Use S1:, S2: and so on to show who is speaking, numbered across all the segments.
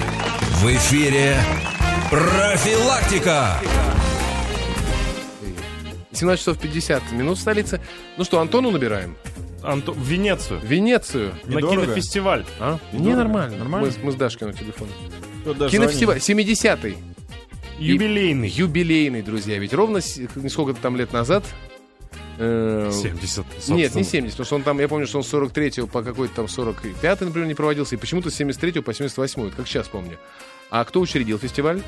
S1: В эфире «Профилактика».
S2: 17 часов 50 минут в столице. Ну что, Антону набираем?
S3: Анто- В Венецию.
S2: Венецию.
S3: На
S4: Недорого.
S3: кинофестиваль.
S2: А?
S4: Недорого.
S2: Не, нормально.
S4: Нормально?
S2: Мы, с- мы с Дашкиным телефоном.
S4: Кто дозвонит?
S2: Кинофестиваль, 70-й.
S3: Юбилейный.
S2: Юбилейный, друзья. Ведь ровно с- сколько-то там лет назад... э,
S3: 70.
S2: Нет, не
S3: собственно.
S2: 70, потому что он там, я помню, что он с 43 по какой-то там 45 например, не проводился, и почему-то с 73 по 78 это как сейчас помню. А кто учредил фестиваль?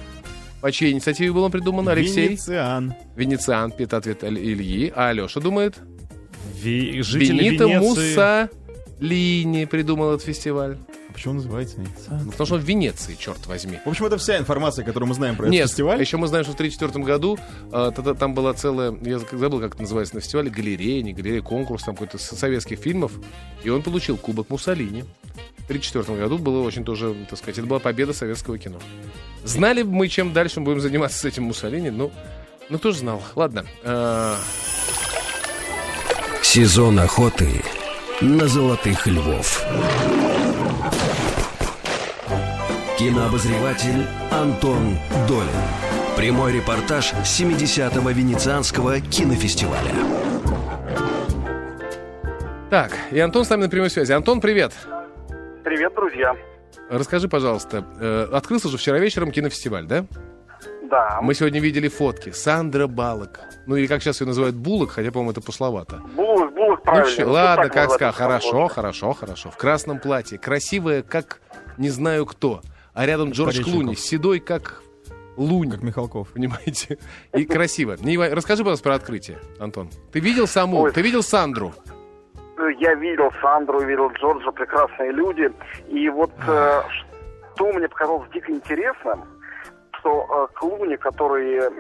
S2: По чьей инициативе был он придуман? Алексей?
S4: Венециан.
S2: Венециан, это ответ Аль- Ильи. А Алеша думает?
S3: Ви- Жители
S2: Бенито
S3: Венеции.
S2: Муссолини придумал этот фестиваль.
S4: А Почему он называется Венециан?
S2: Ну, потому что он в Венеции, черт возьми.
S4: В общем, это вся информация, которую мы знаем про
S2: Нет, а
S4: этот фестиваль.
S2: еще мы знаем, что в 1934 году э, та- та- там была целая, я зак- забыл, как это называется на фестивале, галерея, не галерея, конкурс там какой-то со- советских фильмов, и он получил Кубок Муссолини. В 1934 году было очень тоже, так сказать, это была победа советского кино. Знали бы мы, чем дальше мы будем заниматься с этим Муссолини, ну, ну кто же знал. Ладно, э,
S1: Сезон охоты на золотых львов. Кинообозреватель Антон Долин. Прямой репортаж 70-го Венецианского кинофестиваля.
S2: так, и Антон с нами на прямой связи. Антон, привет.
S5: Привет, друзья.
S2: Расскажи, пожалуйста, э, открылся же вчера вечером кинофестиваль, да? А
S5: Да,
S2: Мы сегодня видели фотки. Сандра Балок. Ну или как сейчас ее называют, Булок, хотя, по-моему, это пошловато.
S5: Булых, Булых
S2: Ну,
S5: правильно.
S2: чё,
S5: Вот
S2: ладно,
S5: так
S2: как
S5: называется
S2: сказал. Хорошо,
S5: работа.
S2: хорошо, хорошо. В красном платье. Красивая, как не знаю кто. А рядом Джордж
S4: Пореченков.
S2: Клуни. Седой, как лунь.
S4: Как Михалков.
S2: Понимаете? И красиво. Не ва- Расскажи, пожалуйста, про открытие, Антон. Ты видел саму?
S5: Ой.
S2: Ты видел Сандру?
S5: Я видел Сандру, видел Джорджа, прекрасные люди. И вот э, что мне показалось дико интересным, что э, Клуни, который э,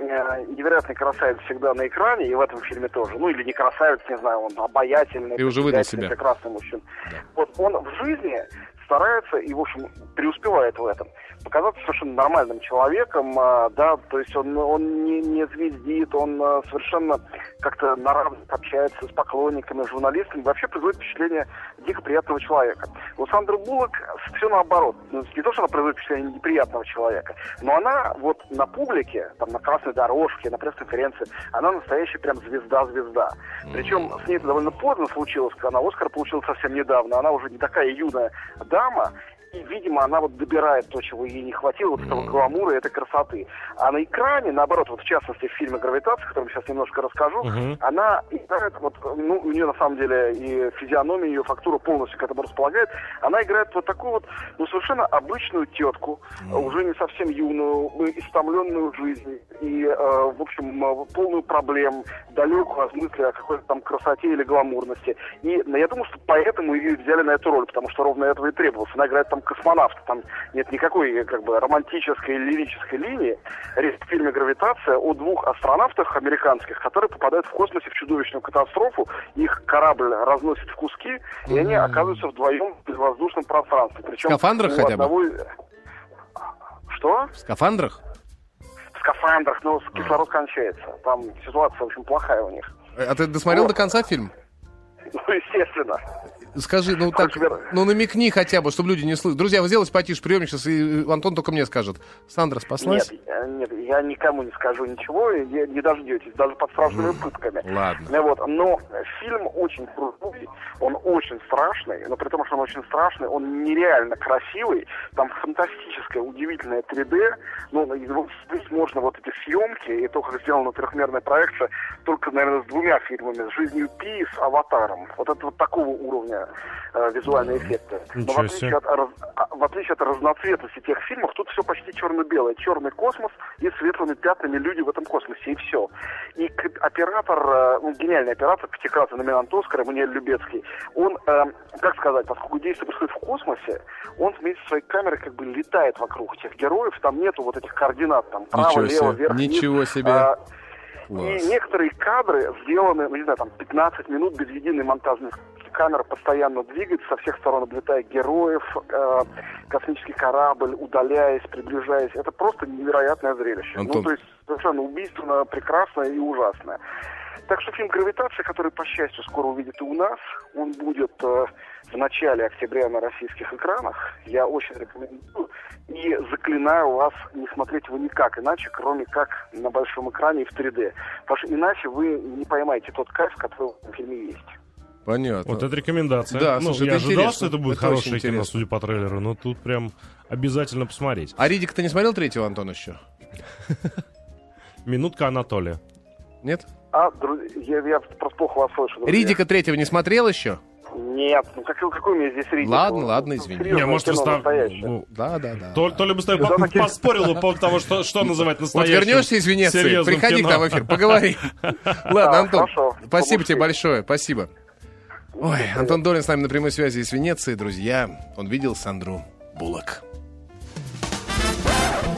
S5: невероятный красавец всегда на экране, и в этом фильме тоже, ну или не красавец, не знаю, он обаятельный,
S2: Ты уже выдал
S5: притягательный,
S2: себя.
S5: прекрасный мужчина. Вот он в жизни старается и, в общем, преуспевает в этом. Показаться совершенно нормальным человеком, а, да, то есть он, он не, не звездит, он а, совершенно как-то на равных общается с поклонниками, с журналистами, вообще производит впечатление дико приятного человека. У Сандры Буллок все наоборот. Ну, Не то, что она производит впечатление неприятного человека, но она вот на публике, там на красной дорожке, на пресс-конференции, она настоящая прям звезда-звезда. Причем с ней это довольно поздно случилось, она Оскар получила совсем недавно, она уже не такая юная дама, и, видимо, она вот добирает то, чего ей не хватило, вот этого гламура и этой красоты. А на экране, наоборот, вот в частности в фильме «Гравитация», о котором сейчас немножко расскажу,
S3: Мгм.
S5: она играет, вот, ну, у нее на самом деле и физиономия, и ее фактура полностью к этому располагает. Она играет вот такую вот, ну, совершенно обычную тетку, уже не совсем юную, э, истомленную жизнью и, э, в общем, э, полную проблем, далекую от мысли о какой-то там красоте или гламурности. И ну, я думаю, что поэтому ее и взяли на эту роль, потому что ровно этого и требовалось. Она играет там космонавта, там нет никакой э, как бы романтической или лирической линии. Речь в фильме «Гравитация» о двух астронавтах американских, которые попадают в космосе в чудовищную катастрофу, их корабль разносит в куски, и они оказываются вдвоем в воздушном пространстве. Причем
S2: В скафандрах хотя бы?
S5: Что?
S2: В скафандрах?
S5: В скафандрах, но кислород кончается. Там ситуация, в общем, плохая у них.
S2: Э, А ты досмотрел до конца фильм?
S5: Ну, естественно.
S2: Скажи, ну так,
S5: Хочешь, Вера?
S2: ну намекни хотя бы, чтобы люди не слышали. Друзья, вы сделайте потише приемник сейчас, и э, Антон только мне скажет. Сандра спаслась?
S5: Нет, э, нет, я никому не скажу ничего, и не, не дождетесь, даже под страшными пытками.
S2: Ладно.
S5: Ну Вот, но фильм очень крутой, он очень страшный, но при том, что он очень страшный, он нереально красивый, там фантастическое, удивительное 3D, ну, и вот здесь можно вот эти съемки, и то, как сделана трехмерная проекция, только, наверное, с двумя фильмами, с «Жизнью Пи» и с «Аватаром». Вот это вот такого уровня э, визуальные эффекты. Но в
S3: Ничего
S5: отличие
S3: себе.
S5: от, раз- а- в отличие от разноцветности тех фильмов, тут все почти черно-белое. Черный космос и светлыми пятнами люди в этом космосе, и все. И к- оператор, э, ну, гениальный оператор, пятикратный номинант Оскара, Маниэль Любецкий, он, э, как сказать, поскольку действие происходит в космосе, он вместе со своей камерой как бы летает вокруг этих героев, там нету вот этих координат, там право,
S2: Ничего
S5: лево,
S2: себе.
S5: вверх, вниз.
S2: Ничего себе.
S5: А,
S2: Класс.
S5: и некоторые кадры сделаны, ну, не знаю, там 15 минут без единой монтажной вставки. камера постоянно двигается со всех сторон, облетает героев, э, космический корабль, удаляясь, приближаясь. Это просто невероятное зрелище.
S2: Антон.
S5: Ну, то есть совершенно убийственно, прекрасное и ужасное. Так что фильм «Гравитация», который, по счастью, скоро увидит и у нас, он будет э, в начале октября на российских экранах. Я очень рекомендую и заклинаю вас не смотреть его никак иначе, кроме как на большом экране и в 3D. Потому что иначе вы не поймаете тот кайф, который в этом фильме есть.
S2: Понятно.
S3: Вот это рекомендация.
S2: Да,
S3: ну,
S2: слушай,
S3: я
S2: это
S3: ожидал,
S2: интересно.
S3: что это будет
S2: Это очень
S3: хорошее кино,
S2: интересно.
S3: судя по трейлеру, но тут прям обязательно посмотреть.
S2: А Ридик ты не смотрел третьего, Антон, еще?
S3: Минутка Анатолия.
S2: Нет?
S5: А, дру- я, я просто плохо вас слышу. друзья.
S2: Ридика третьего не смотрел еще?
S5: Нет, ну какой, какой у меня здесь Ридик?
S2: Ладно,
S5: Ну,
S2: ладно,
S5: ну,
S2: извини.
S5: серьезное
S3: Не, может, вы
S5: кино
S3: став-
S5: настоящее.
S3: ну,
S2: Да, да, да.
S3: то, то ли бы с тобой
S5: Да,
S3: по-
S5: Максим.
S3: поспорил бы по поводу того, что, что называть
S2: Вот
S3: настоящим.
S2: вернешься из Венеции, а
S3: серьезным
S2: приходи
S3: кино.
S2: к нам в эфир, поговори. Ладно,
S5: Да,
S2: Антон,
S5: хорошо.
S2: спасибо тебе
S5: Побольше.
S2: большое, спасибо. Ой, Антон Долин с нами на прямой связи из Венеции, друзья. Он видел Сандру Булок.